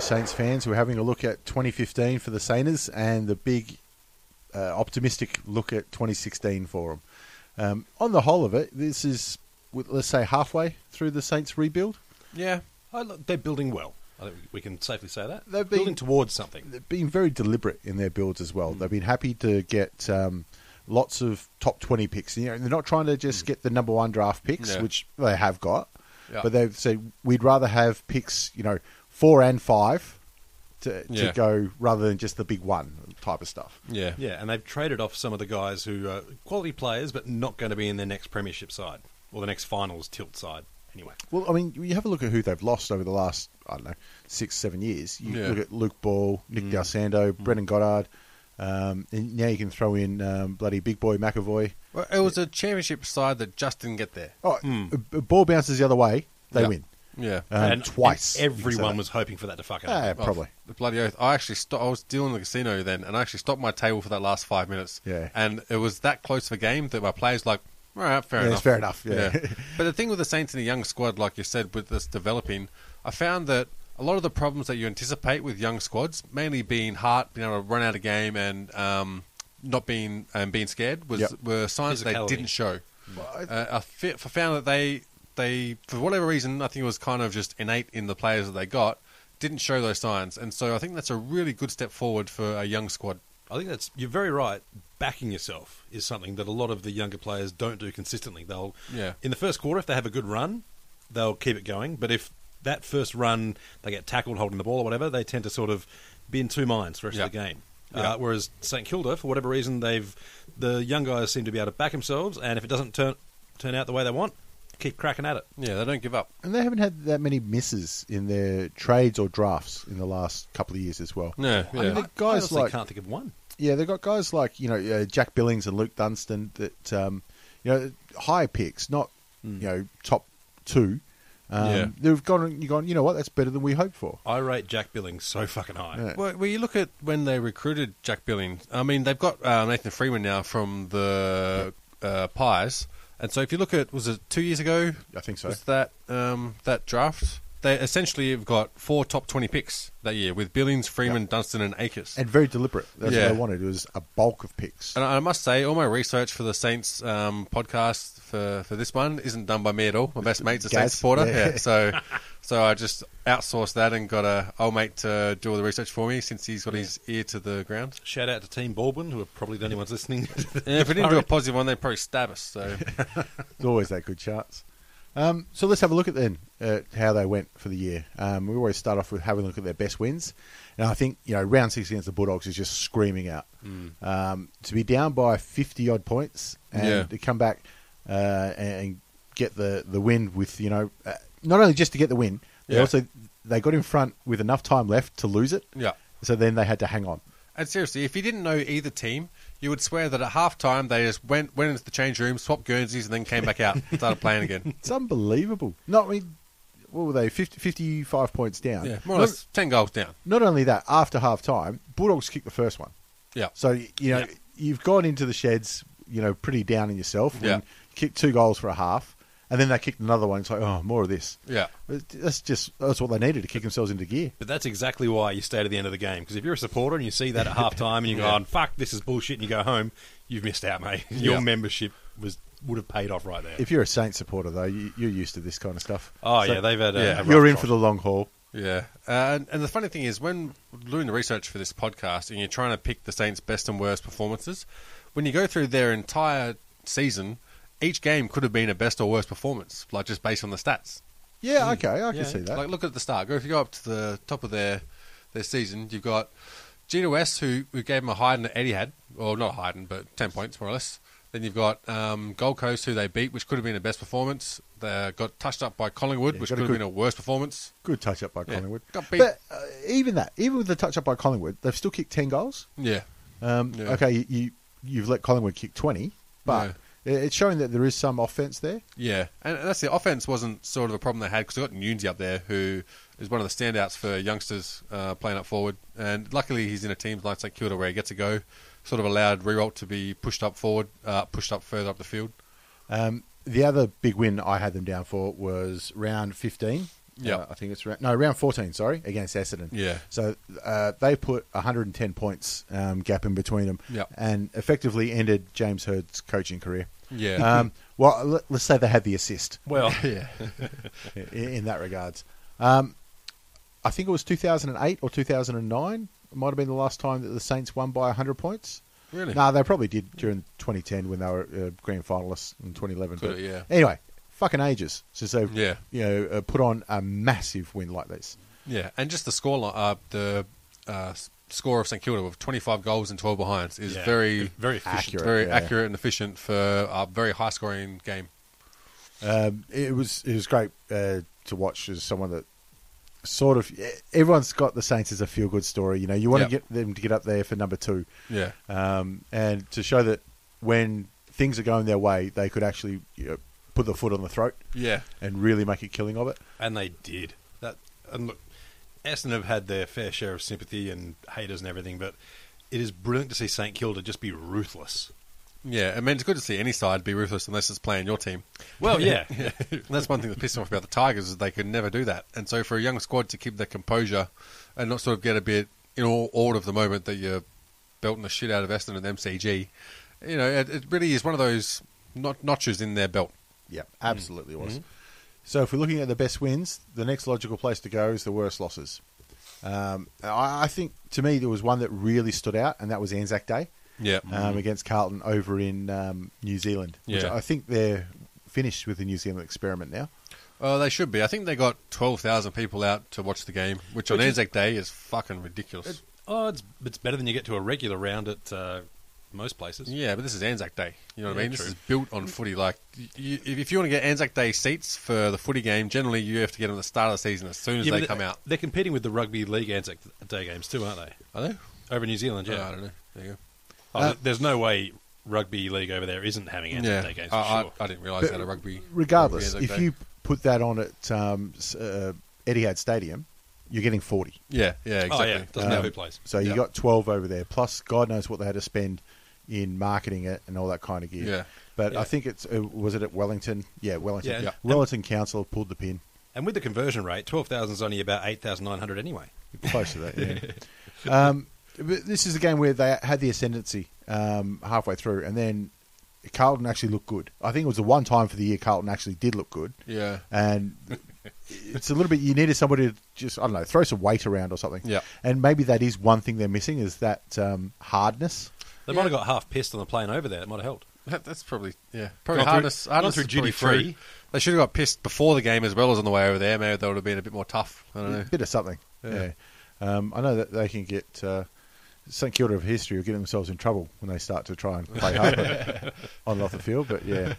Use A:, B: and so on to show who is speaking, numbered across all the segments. A: Saints fans who are having a look at 2015 for the Sainers and the big uh, optimistic look at 2016 for them. Um, on the whole of it, this is, w- let's say, halfway through the Saints rebuild.
B: Yeah, I, look, they're building well. I think we can safely say that.
A: They've
B: They're
A: been-
B: building towards something.
A: They've been very deliberate in their builds as
B: Mm.
A: well. They've been happy to get um, lots of top 20 picks. You know, they're not trying to just get the number one draft picks,
B: Mm. Yeah.
A: which they have got,
B: Yeah.
A: but they've said we'd rather have picks, you know, four and five to, to
C: Yeah.
A: go rather than just the big one type of stuff.
C: Yeah.
B: Yeah, and they've traded off some of the guys who are quality players, but not going to be in their next premiership side or the next finals tilt side. Anyway,
A: Well, I mean, you have a look at who they've lost over the last, I don't know, six, seven years. You
C: Yeah. Mm.
A: look at Luke Ball, Nick D'Alessandro, Brendan Goddard, um, and now you can throw in um, bloody big boy McAvoy.
C: Well, it was a championship side that just didn't get there.
A: Oh, a, a ball bounces the other way, they
C: Mm. Yeah.
A: win.
C: Yeah.
A: Um, twice.
B: and
A: So
B: everyone
A: that-
B: was hoping for that to fuck up.
A: Yeah,
C: Well,
A: Ah, probably.
C: The bloody oath. I actually sto I was still in the casino then, and I actually stopped my table for that last five minutes.
A: Yeah.
C: And it was that close of a game that my players like, all right, fair
A: Yeah, it's
C: enough.
A: fair enough, yeah.
C: but the thing with the Saints and the young squad, like you said, with this developing, I found that a lot of the problems that you anticipate with young squads, mainly being heart, being able to run out of game, and um, not being and being scared, was
A: Yep. Mm.
C: were signs that they
B: Physicality.
C: didn't show. Uh, I, fe- I found that they they for whatever reason I think it was kind of just innate in the players that they got didn't show those signs, and so I think that's a really good step forward for a young squad.
B: I think that's you're very right. Backing yourself is something that a lot of the younger players don't do consistently. They'll
C: Yeah.
B: in the first quarter if they have a good run, they'll keep it going. But if that first run they get tackled holding the ball or whatever, they tend to sort of be in two minds for the rest of the
C: Yeah.
B: game.
C: Yeah.
B: Uh, whereas St Kilda, for whatever reason, they've the young guys seem to be able to back themselves, and if it doesn't turn turn out the way they want, keep cracking at it.
C: Yeah, they don't give up.
A: And they haven't had that many misses in their trades or drafts in the last couple of years as well.
C: No, yeah.
A: I mean, the guys
B: I honestly
A: like
B: can't think of one.
A: Yeah, they've got guys like you know uh, Jack Billings and Luke Dunstan that um, you know high picks, not you know top two. Um,
C: Hmm. Yeah.
A: They've gone. You gone. You know what? That's better than we hoped for.
B: I rate Jack Billings so fucking high.
A: Yeah.
C: Well, well, you look at when they recruited Jack Billings. I mean, they've got uh, Nathan Freeman now from the uh, Pies, and so if you look at was it two years ago?
A: I think so.
C: Was that um, that draft? They essentially have got four top twenty picks that year with Billings, Freeman, Dunstan, and Akers.
A: And very deliberate. That's
C: Yeah.
A: what they wanted. It was a bulk of picks.
C: And I must say, all my research for the Saints um, podcast for, for this one isn't done by me at all. My best mate's a
A: Gaz,
C: Saints supporter,
A: yeah.
C: yeah. so so I just outsourced that and got a old mate to do all the research for me since he's got his ear to the ground.
B: Shout out to Team Baldwin, who are probably the only ones listening. to this.
C: And if we didn't do a positive one, they'd probably stab us. So
A: There's always that good chance. Um, so let's have a look at then at how they went for the year. Um, we always start off with having a look at their best wins, and I think you know round six against the Bulldogs is just screaming out.
C: Hmm.
A: Um, to be down by fifty odd points and
C: Yeah.
A: to come back uh, and get the the win with you know uh, not only just to get the win, they
C: Yeah.
A: also they got in front with enough time left to lose it.
C: yeah.
A: So then they had to hang on.
C: And seriously, if you didn't know either team, you would swear that at halftime they just went went into the change room, swapped Guernseys, and then came back out and started playing again.
A: It's unbelievable. Not I mean, what were they 50, 55 points down?
C: Yeah, more or
A: Not-
C: less ten goals down.
A: Not only that, after half time, Bulldogs kicked the first one.
C: Yeah,
A: So, you know,
B: Yeah.
A: you've gone into the sheds, you know, pretty down in yourself.
C: Yeah.
A: And kicked two goals for a half, and then they kicked another one. It's like, oh, more of this.
C: yeah.
A: But That's just, that's what they needed to kick themselves into gear.
B: But that's exactly why you stay to the end of the game. Because if you're a supporter and you see that at halftime and you go,
C: Yeah.
B: "Oh, "Fuck, this is bullshit," and you go home, you've missed out, mate. Your
C: Yeah.
B: membership was would have paid off right there.
A: If you're a Saints supporter, though, you, you're used to this kind of stuff.
B: oh
A: So
B: yeah, they've had. A,
C: Yeah.
B: a rough
A: You're in
B: trot.
A: for the long haul.
C: Yeah, uh, and, and the funny thing is, when doing the research for this podcast, and you're trying to pick the Saints' best and worst performances, when you go through their entire season, each game could have been a best or worst performance, like just based on the stats.
B: Mm.
A: Yeah, okay, I can
B: Yeah.
A: see that.
C: Like, look at the start. Go if you go up to the top of their their season, you've got Gina West, who, who gave him a hiding that Eddie had, or not hiding, but ten points more or less. Then you've got um, Gold Coast, who they beat, which could have been a best performance. They got touched up by Collingwood,
A: Yeah,
C: which
A: got a
C: could have
A: good-
C: been a worst performance.
A: Good touch up by
C: Yeah.
A: Collingwood.
C: Got beat.
A: But uh, even that, even with the touch up by Collingwood, they've still kicked 10 goals.
C: Yeah,
A: Um,
C: Yeah.
A: Okay, you, you, you've let Collingwood kick 20, but it it's showing that there is some offence there.
C: Yeah, and that's the offense wasn't sort of a problem they had because they got Nunzi up there, who is one of the standouts for youngsters uh, playing up forward. And luckily, he's in a team like St Kilda where he gets a go, sort of allowed Rerolt to be pushed up forward, uh, pushed up further up the field.
A: Um, the other big win I had them down for was round 15
C: Yep.
A: Uh, I think it's ra- no round fourteen. Sorry, against Essendon.
C: Yeah.
A: So uh, they put 110 points um, gap in between them,
C: Yep.
A: and effectively ended James Hurd's coaching career.
C: Yeah.
A: Um, well, let, let's say they had the assist
B: Well,
C: yeah.
A: i- in, in that regards. Um, I think it was 2008 or 2009. It might have been the last time that the Saints won by 100 points.
C: Really?
A: No, they probably did during 2010 when they were uh, grand finalists in 2011.
C: Could
A: but
C: it, yeah.
A: Anyway, fucking ages since they've
C: Yeah.
A: you know uh, put on a massive win like this.
C: Yeah, and just the score li- uh, the uh, s- score of St Kilda with 25 goals and 12 behinds is
B: yeah,
C: very
B: very efficient.
A: accurate,
C: very
A: yeah.
C: accurate and efficient for a very high scoring game.
A: Um, it was it was great uh, to watch as someone that sort of e, everyone's got the Saints as a feel good story. You know, you want
C: Yep.
A: to get them to get up there for number two,
C: Yeah,
A: um, and to show that when things are going their way, they could actually you know, put the foot on the throat
C: yeah,
A: and really make a killing of it.
B: And they did. That and look, Essendon have had their fair share of sympathy and haters and everything, but it is brilliant to see St Kilda just be ruthless.
C: yeah. I mean, it's good to see any side be ruthless unless it's playing your team.
B: Well, yeah.
C: That's one thing that pissed me off about the Tigers is they could never do that. And so for a young squad to keep their composure and not sort of get a bit in all awed of the moment that you're belting the shit out of Essendon and MCG, you know, it, it really is one of those not- notches in their belt.
A: Yeah, absolutely
C: Mm-hmm.
A: was. So if we're looking at the best wins, the next logical place to go is the worst losses. Um, I, I think to me there was one that really stood out, and that was Anzac Day.
C: Yeah,
A: um, against Carlton over in um, New Zealand. Which
C: Mm-hmm. Yeah.
A: I think they're finished with the New Zealand experiment now.
C: Oh, they should be. I think they got 12,000 people out to watch the game, which, on
B: Which is-
C: Anzac Day is fucking ridiculous.
B: oh, it's it's better than you get to a regular round at uh, most places.
C: yeah, but this is Anzac Day. You know what
B: Yeah,
C: I mean?
B: true.
C: This is built on footy. Like, y- y if if you want to get Anzac Day seats for the footy game, generally you have to get them at the start of the season as soon as
B: Yeah, but
C: they come out.
B: They're competing with the rugby league Anzac Day games too, aren't they?
C: Are they?
B: Over in New Zealand,
C: Yeah,
B: yeah.
C: I don't know. There you go.
B: Oh,
A: Uh,
B: there's no way rugby league over there isn't having Anzac
C: yeah,
B: Day games for
C: I,
B: sure.
C: I, I didn't realise
A: But
C: that a rugby.
A: Regardless,
C: rugby Anzac
A: if
C: Day.
A: you put that on at um, s- uh, Etihad Stadium, you're getting 40.
C: Yeah, yeah, exactly.
B: Oh yeah, doesn't matter
A: Um,
B: who plays.
A: So you
C: Yeah.
A: got 12 over there, plus God knows what they had to spend in marketing it and all that kind of gear.
C: Yeah.
A: But
B: Yeah.
A: I think it's, uh, was it at Wellington? Yeah, Wellington.
B: Yeah, and- Yeah.
A: Wellington Council pulled the pin.
B: And with the conversion rate, twelve thousand is only about eight thousand nine hundred anyway.
A: Close to that, yeah. um, but this is a game where they had the ascendancy um, halfway through, and then Carlton actually looked good. I think it was the one time for the year Carlton actually did look good,
C: Yeah.
A: and it's a little bit you needed somebody to just I don't know throw some weight around or something.
C: Yeah.
A: and maybe that is one thing they're missing is that um, hardness.
B: They might have got half pissed on the plane over there. That might have helped.
C: That, that's probably yeah. Probably
B: Gone through-
C: hardness.
B: gone
C: hardness
B: through
C: is probably
B: duty-free.
C: true. They should have got pissed before the game as well as on the way over there. Maybe they would have been a bit more tough. I don't know.
A: a bit of something. Yeah.
C: Yeah.
A: Um, I know that they can get uh, St Kilda of history of getting themselves in trouble when they start to try and play hard on and off the field. But yeah,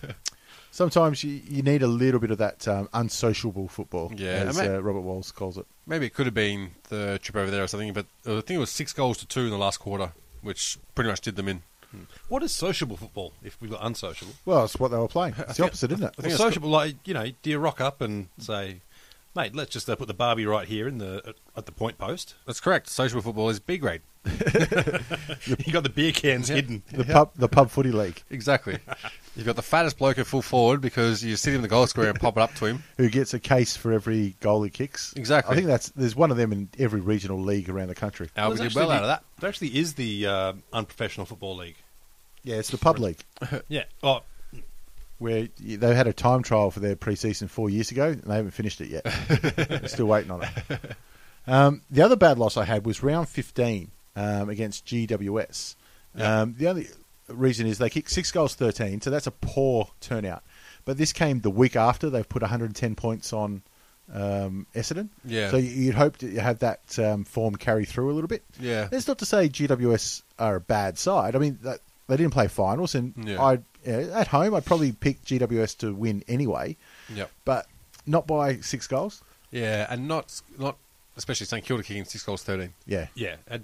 A: sometimes you, you need a little bit of that um, unsociable football,
C: Yeah,
A: as
C: I mean-
A: uh, Robert Walls calls it.
C: Maybe it could have been the trip over there or something, but I think it was six goals to two in the last quarter, which pretty much did them in.
B: What is sociable football if we've got unsociable?
A: Well, it's what they were playing. It's the opposite, isn't
B: Well,
A: it?
C: it's
B: sociable, like you know, do you rock up and say, "Mate, let's just uh, put the Barbie right here in the at, at the point post."
C: That's correct. Social football is B grade.
B: you got the beer cans hidden.
A: The pub, the pub footy league,
C: Exactly. You've got the fattest bloke at full forward because you sit him in the goal square and pop it up to him.
A: who gets a case for every goal he kicks.
C: Exactly.
A: I think that's there's one of them in every regional league around the country.
C: Now we
B: There's
C: did well
B: actually
C: out of that.
B: the- There actually is the uh, unprofessional football league.
A: Yeah, it's the pub league.
C: Uh,
B: Yeah. Oh,
A: where they had a time trial for their preseason four years ago, and they haven't finished it yet. They're Still waiting on it. Um, the other bad loss I had was round 15 um, against GWS. Um, the only reason is they kicked six goals, 13, so that's a poor turnout. But this came the week after they've put 110 points on um, Essendon.
C: Yeah.
A: So you'd hope that you have that um, form carry through a little bit.
C: Yeah.
A: That's not to say GWS are a bad side. I mean, that, they didn't play finals, and
C: Yeah.
A: I yeah, at home I'd probably pick GWS to win anyway,
C: Yep.
A: but not by six goals.
C: Yeah, and not not especially St Kilda kicking six goals thirteen.
A: Yeah,
B: yeah. And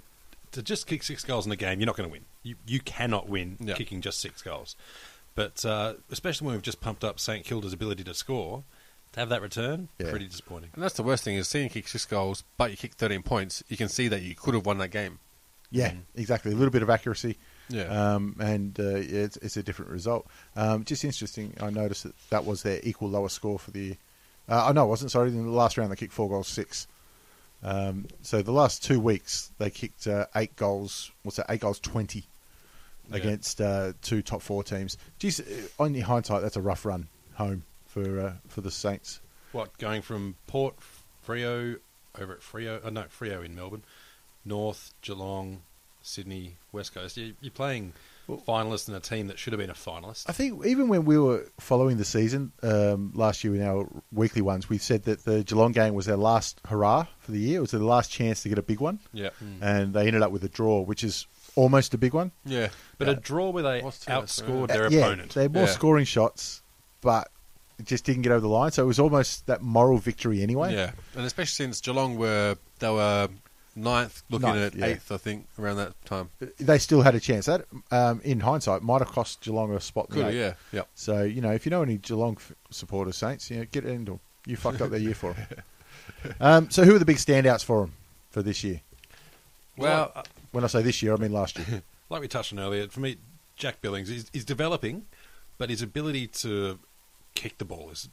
B: to just kick six goals in a game, you're not going to win. You you cannot win
C: Yeah.
B: kicking just six goals. But uh, especially when we've just pumped up St Kilda's ability to score, to have that return,
A: Yeah.
B: pretty disappointing.
C: And that's the worst thing is seeing you kick six goals, but you kick thirteen points. You can see that you could have won that game.
A: yeah, exactly. A little bit of accuracy,
C: Yeah.
A: um, and uh, yeah, it's, it's a different result. Um, just interesting. I noticed that that was their equal lowest score for the. year. Uh, oh, no, it wasn't. Sorry, in the last round they kicked four goals, six. Um, so the last two weeks they kicked uh, eight goals. What's that? Eight goals, twenty
C: Yeah.
A: against uh, two top four teams. Geez, on your hindsight, that's a rough run home for uh, for the Saints.
B: What going from Port Frio over at Frio? Oh no, Frio in Melbourne, North Geelong, Sydney, West Coast. You, you're playing finalists in a team that should have been a finalist.
A: I think even when we were following the season um, last year in our weekly ones, we said that the Geelong game was their last hurrah for the year. It was their last chance to get a big one,
C: Yeah.
A: and they ended up with a draw, which is almost a big one.
C: Yeah.
B: But a draw where they
C: What's that?
B: outscored
A: Uh,
B: their
A: yeah,
B: opponent.
A: They had more
C: Yeah.
A: scoring shots, but it just didn't get over the line. So it was almost that moral victory anyway.
C: Yeah. And especially since Geelong were they were ninth, looking
A: Ninth,
C: at
A: yeah.
C: eighth, I think, around that time.
A: They still had a chance. That, um, in hindsight, might have cost Geelong a spot. in the
C: Could have,
A: eight.
C: yeah. Yep.
A: So you know, if you know any Geelong f- supporters, Saints, you know, get into them. You fucked up their year for them. Um, so who are the big standouts for them for this year?
C: Well, uh,
B: Well,
A: When I say this year, I mean last year.
B: like we touched on earlier, for me, Jack Billings is, is developing, but his ability to kick the ball is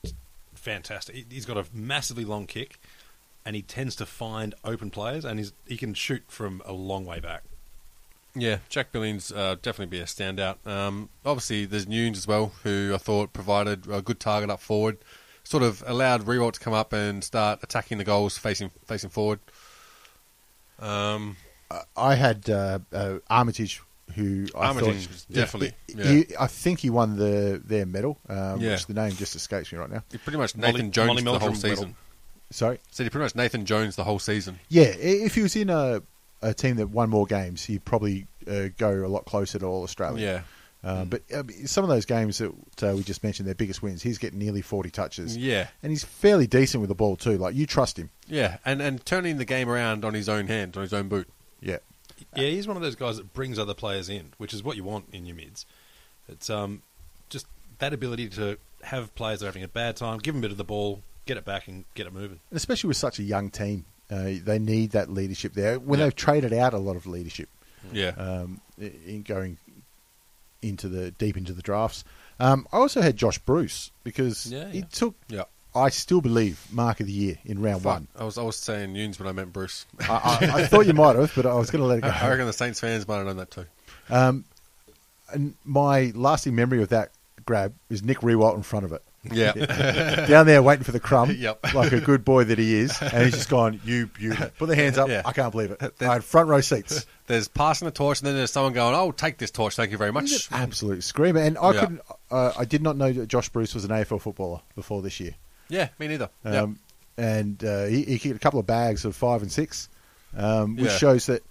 B: fantastic. He- He's got a massively long kick, and he tends to find open players, and he's, he can shoot from a long way back.
C: Yeah, Jack Billings uh, definitely be a standout. Um, obviously, there's Nunes as well, who I thought provided a good target up forward, sort of allowed Rewalt to come up and start attacking the goals facing facing forward. Um,
A: I- I had uh, uh, Armitage, who I
C: Armitage
A: thought
C: was definitely-
A: He-
C: yeah.
A: he- I think he won the their medal. Um,
C: Yeah.
A: Which the name just escapes me right now.
C: he pretty much Nathan
B: Molly-
C: Jones
B: Molly
C: the whole
B: Meldrum medal.
C: season.
A: Sorry.
C: Said he pretty much Nathan Jones the whole season.
A: Yeah, i- if he was in a, a team that won more games, he'd probably uh, go a lot closer to All Australia.
C: Yeah, Mm.
A: Uh, but uh, some of those games that uh, we just mentioned, their biggest wins, he's getting nearly 40 touches.
C: yeah,
A: And he's fairly decent with the ball, too. Like, you trust him.
C: yeah, and and turning the game around on his own hand, on his own boot.
A: Yeah.
B: Yeah, he's one of those guys that brings other players in, which is what you want in your mids. It's um, just that ability to have players that are having a bad time, give them a bit of the ball, get it back, and get it moving.
A: And especially with such a young team, uh, they need that leadership there. When
C: Yeah.
A: they've traded out a lot of leadership
B: Hmm.
C: Yeah,
A: um, i- in going into the deep into the drafts. Um, I also had Josh Bruce because
B: Yeah,
A: he
B: yeah.
A: took,
C: yeah.
A: I still believe, mark of the year in round
C: Fuck,
A: one.
C: I was I was saying Nunes, but I meant Bruce.
A: I, I, I thought you might have, but I was going to let it go.
C: I reckon the Saints fans might have known that too.
A: Um, and my lasting memory of that grab is Nick Rewalt in front of it.
C: Yeah,
A: Down there waiting for the crumb,
C: Yep.
A: like a good boy that he is, and he's just gone, "You, you, put the hands up!
C: Yeah.
A: I can't believe it." I had front row seats.
C: there's passing the torch, and then there's someone going, "Oh, take this torch, thank you very
A: He's
C: much."
A: an absolute screamer, and I
C: Yeah.
A: couldn't. Uh, I did not know that Josh Bruce was an AFL footballer before this year,
C: Yeah, me neither.
A: um, and uh, he, he kicked a couple of bags of five and six, um, which
C: Yeah.
A: shows that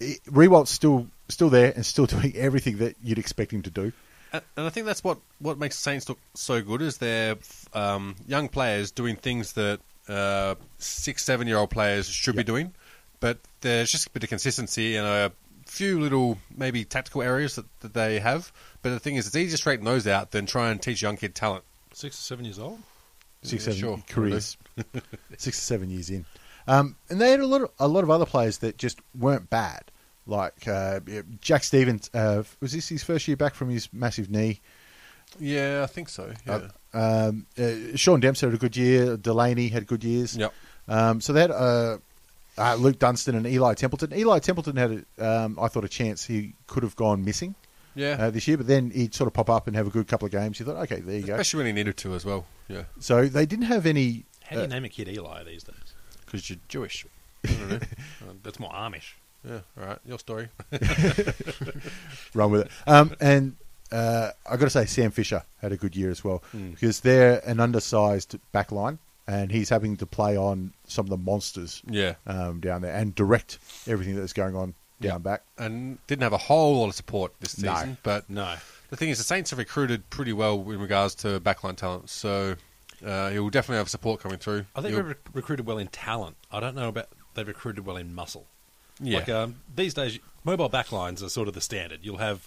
A: he- Rewalt's still still there and still doing everything that you'd expect him to do.
C: Yep. And I think that's what what makes the Saints look so good is their um, young players doing things that uh, six, seven year old players should be doing, but there's just a bit of consistency and a few little maybe tactical areas that, that they have. But the thing is, it's easier to straighten those out than try and teach young kid talent.
B: Six or seven years old.
A: six
C: Yeah,
A: seven
C: sure.
A: careers, six or seven years in, um, and they had a lot of a lot of other players that just weren't bad. Like uh, Jack Stevens, uh, was this his first year back from his massive knee?
C: Yeah, I think so. Yeah.
A: Um, uh, Sean Dempsey had a good year. Delaney had good years.
C: Yep.
A: Um, so they had uh, uh, Luke Dunstan and Eli Templeton. Eli Templeton had, a, um, I thought, a chance he could have gone missing
C: Yeah.
A: uh, this year, but then he'd sort of pop up and have a good couple of games. You thought, okay, there you go.
C: Especially when he needed to as well. Yeah.
A: So they didn't have any.
B: How do you
A: uh,
B: name a kid Eli these days?
C: Because you're Jewish.
B: Uh, that's more Amish.
C: Yeah. All right. Your story.
A: run with it. Um, and uh, I got to say, Sam Fisher had a good year as well
C: Hmm.
A: because they're an undersized back line, and he's having to play on some of the monsters
C: Yeah.
A: um, down there and direct everything that's going on down back.
C: and didn't have a whole lot of support this
A: No.
C: season. But
B: No,
C: the thing is, the Saints have recruited pretty well in regards to backline talent, so uh, he will definitely have support coming through.
B: I think
C: He'll-
B: they've rec- recruited well in talent. I don't know about they've recruited well in muscle.
C: yeah,
B: Like um, these days, mobile backlines are sort of the standard. You'll have,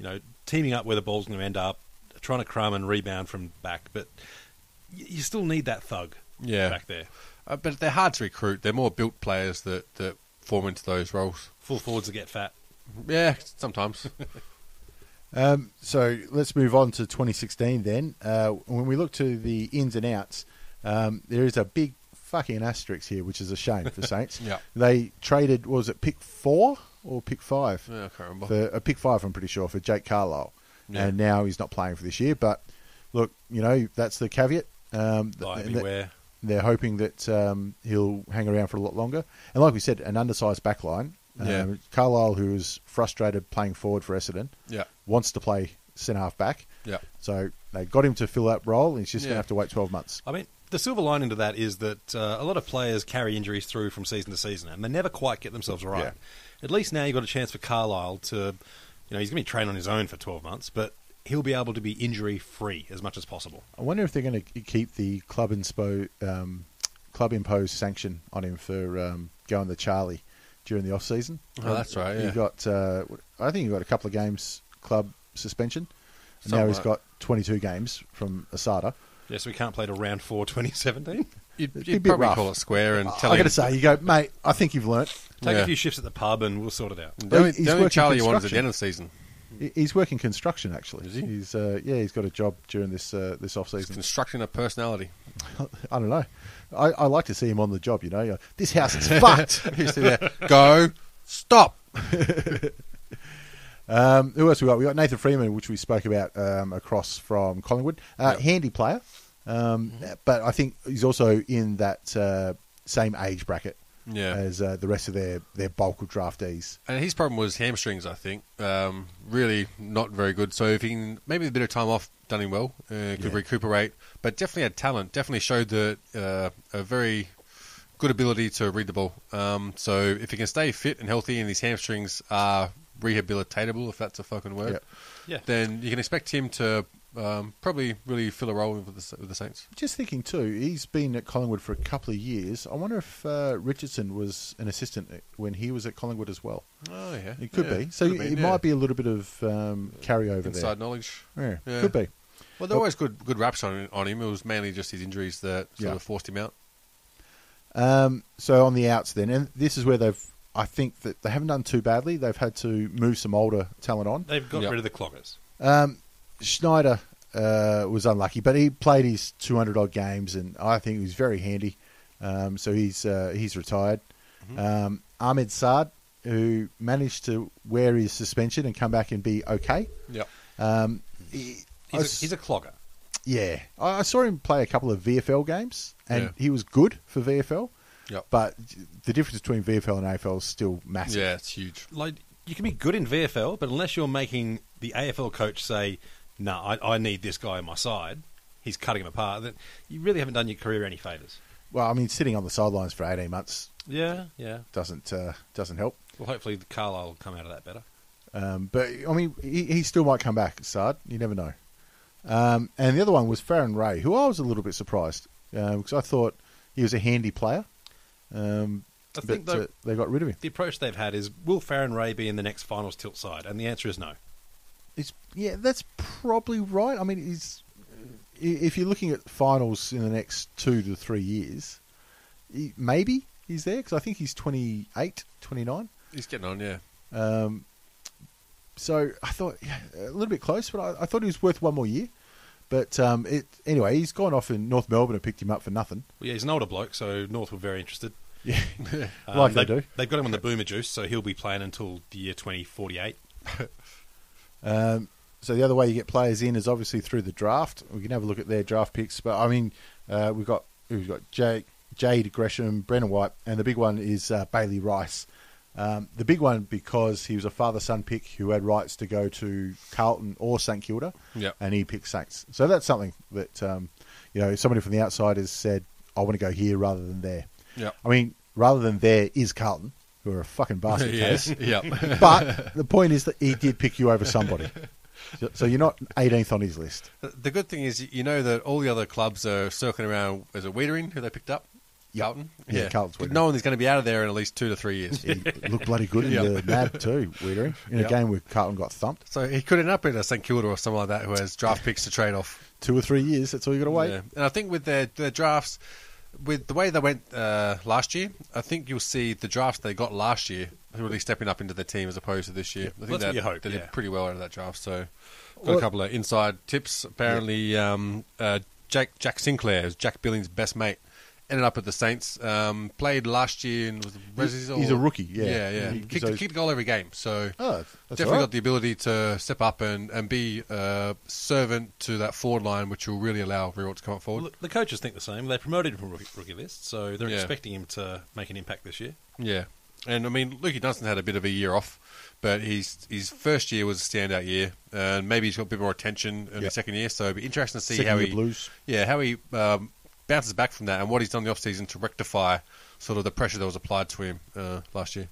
B: you know, teaming up where the ball's going to end up, trying to crumb and rebound from back, but y- you still need that thug
C: Yeah.
B: back there.
C: uh, but they're hard to recruit. They're more built players that that form into those roles.
B: Full forwards that get fat.
C: Yeah, sometimes.
A: Um, so let's move on to 2016 then. Uh, when we look to the ins and outs, Um, there is a big fucking asterisk here, which is a shame for Saints.
C: Yeah.
A: They traded, what was it pick four or pick five?
C: Yeah, I can't remember.
A: for a pick five, I'm pretty sure, for Jake Carlisle.
C: Yeah.
A: And now he's not playing for this year. But look, you know, that's the caveat. Um, th-
B: Buyer
A: th-
B: beware.
A: they're hoping that um, he'll hang around for a lot longer. And like we said, an undersized back line. Um,
C: Yeah.
A: Carlisle, who is frustrated playing forward for Essendon,
C: yeah,
A: wants to play centre half back.
C: yeah.
A: So they got him to fill that role, and he's just going
C: Yeah.
A: to have to wait 12 months.
B: I mean, the silver lining to that is that uh, a lot of players carry injuries through from season to season, and they never quite get themselves right.
A: Yeah.
B: At least now you've got a chance for Carlisle to, you know, he's going to be trained on his own for 12 months, but he'll be able to be injury free as much as possible.
A: I wonder if they're going to keep the club inspo, um, club imposed sanction on him for um, going to Charlie during the off season.
C: Oh, that's right,
A: He
C: yeah.
A: got, uh, I think he got a couple of games club suspension. And now
C: Something
A: he's
C: like-
A: got 22 games from Asada.
B: Yeah, so we can't play to round four 2017.
C: You'd,
A: It'd be a
C: you'd
A: bit
C: probably
A: rough.
C: call it square and
A: I
C: tell
A: got
C: him.
A: to say, you go, mate. I think you've learnt.
B: Take
C: Yeah. Mm.
B: a few shifts at the pub and we'll sort it out.
C: the only,
A: He's
C: the only
A: working
C: Charlie you want is at the
A: construction.
C: end of the season.
A: He- He's working construction actually.
C: Is he?
A: He's uh, yeah, he's got a job during this uh, this off
C: It's
A: season.
C: construction of personality.
A: I don't know. I, I like to see him on the job. You know, You're like, this house is fucked. uh,
C: You see that? Go, stop.
A: Um, who else we got? We got Nathan Freeman, which we spoke about um, across from Collingwood. Uh,
C: Yep.
A: Handy player, um,
C: Mm-hmm.
A: but I think he's also in that uh, same age bracket
C: Yeah.
A: as uh, the rest of their their bulk of draftees.
C: And his problem was hamstrings, I think. Um, really not very good. So if he can, maybe a bit of time off, done him well, uh, could
A: Yeah.
C: recuperate. But definitely had talent. Definitely showed the uh, a very good ability to read the ball. Um, so if he can stay fit and healthy, and his hamstrings are rehabilitatable, if that's a fucking word,
A: Yep.
B: Yeah.
C: then you can expect him to um, probably really fill a role with the, with the Saints.
A: Just thinking too, he's been at Collingwood for a couple of years. I wonder if uh, Richardson was an assistant when he was at Collingwood as well.
C: Oh yeah,
A: It could be. So it might be a little bit of um, carryover
C: inside knowledge.
A: there. Yeah,
C: Yeah.
A: could be.
C: Well, there were always good good raps on on him. It was mainly just his injuries that sort
A: Yeah.
C: of forced him out.
A: Um, so on the outs then, and this is where they've. I think that they haven't done too badly. They've had to move some older talent on.
B: They've got
C: Yeah.
B: rid of the cloggers.
A: Um, Schneider uh, was unlucky, but he played his 200 odd games, and I think he was very handy. Um, so he's uh, he's retired.
B: Mm-hmm.
A: Um, Ahmed Saad, who managed to wear his suspension and come back and be okay.
C: Yep.
A: Um, he- I
B: He's,
A: s-
B: a, he's a clogger.
A: yeah, I, I saw him play a couple of VFL games, and
C: Yeah.
A: he was good for VFL.
C: Yep.
A: But the difference between VFL and AFL is still massive.
C: Yeah, it's huge.
B: Like, you can be good in VFL, but unless you're making the AFL coach say, no, I, I need this guy on my side, he's cutting him apart, then you really haven't done your career any favours.
A: Well, I mean, sitting on the sidelines for eighteen months
B: Yeah, yeah.
A: doesn't uh, doesn't help.
B: Well, hopefully the Carlisle will come out of that better.
A: Um, but I mean, he, he still might come back, Sard. You never know. Um, and the other one was Farron Ray, who I was a little bit surprised because I thought he was a handy player. Um,
B: I
A: but
B: think that-
A: uh, they got rid of him.
B: The approach they've had is, will Farron Ray be in the next finals tilt side? And the answer is no.
A: It's yeah, that's probably right. I mean, he's i- if you're looking at finals in the next two to three years, he- maybe he's there because I think he's 28, 29.
C: He's getting on, yeah.
A: Um, so I thought yeah, a little bit close, but I, I thought he was worth one more year. But um, it anyway, he's gone off in North Melbourne and picked him up for nothing.
B: Well, yeah, he's an older bloke, so North were very interested.
A: Yeah,
B: Um,
A: Like they do.
B: They've got him on the boomer juice, so he'll be playing until the year 2048.
A: Um, so the other way you get players in is obviously through the draft. We can have a look at their draft picks, but I mean, uh, we've got we've got Jake, Jade Gresham, Brennan White, and the big one is uh, Bailey Rice. Um, the big one because he was a father-son pick who had rights to go to Carlton or St Kilda,
C: Yep.
A: and he picked Saints. So that's something that um, you know somebody from the outside has said, "I want to go here rather than there."
C: Yep.
A: I mean, rather than there is Carlton, who are a fucking basket case
C: yes. Yep.
A: but the point is that he did pick you over somebody. So- So you're not 18th on his list.
C: the good thing is, you know that all the other clubs are circling around as a Wiedering, who they picked up. Carlton.
A: Yeah, Carlton's
C: But
A: Wiedering.
C: No one is going to be out of there in at least two to three years.
A: He looked bloody good in
C: Yeah.
A: the NAB too, Wiedering, in
C: Yeah.
A: a game where Carlton got thumped.
C: so he could end up in a St Kilda or someone like that who has draft picks to trade off.
A: Two or three years, that's all you got to wait.
C: Yeah. And I think with their, their drafts, with the way they went uh, last year, I think you'll see the drafts they got last year really stepping up into the team as opposed to this year. I think
B: that's what
C: that,
B: you hope,
C: they
B: yeah.
C: did pretty well out of that draft. So, got
A: Well-
C: a couple of inside tips. Apparently, um, uh, Jack Jack Sinclair, who's Jack Billings' best mate, ended up at the Saints. Um, played last year and was
A: He's- he's a rookie, yeah.
C: yeah, yeah.
A: He-
C: Kicked,
A: so he's-
C: kicked a goal every game, so
A: Oh, that's
C: definitely
A: all right.
C: got the ability to step up and, and be a servant to that forward line, which will really allow Riewoldt to come up forward.
B: Well, the coaches think the same. They promoted him from rookie, rookie list, so they're
C: Yeah.
B: expecting him to make an impact this year.
C: Yeah, and I mean, Lukey Dunstan had a bit of a year off, but he's his first year was a standout year, and maybe he's got a bit more attention in
A: Yeah.
C: the second year. So it'd be interesting to see
A: Second
C: how
A: year
C: he
A: Blues.
C: yeah how he um, bounces back from that and what he's done in the off season to rectify sort of the pressure that was applied to him uh, last year.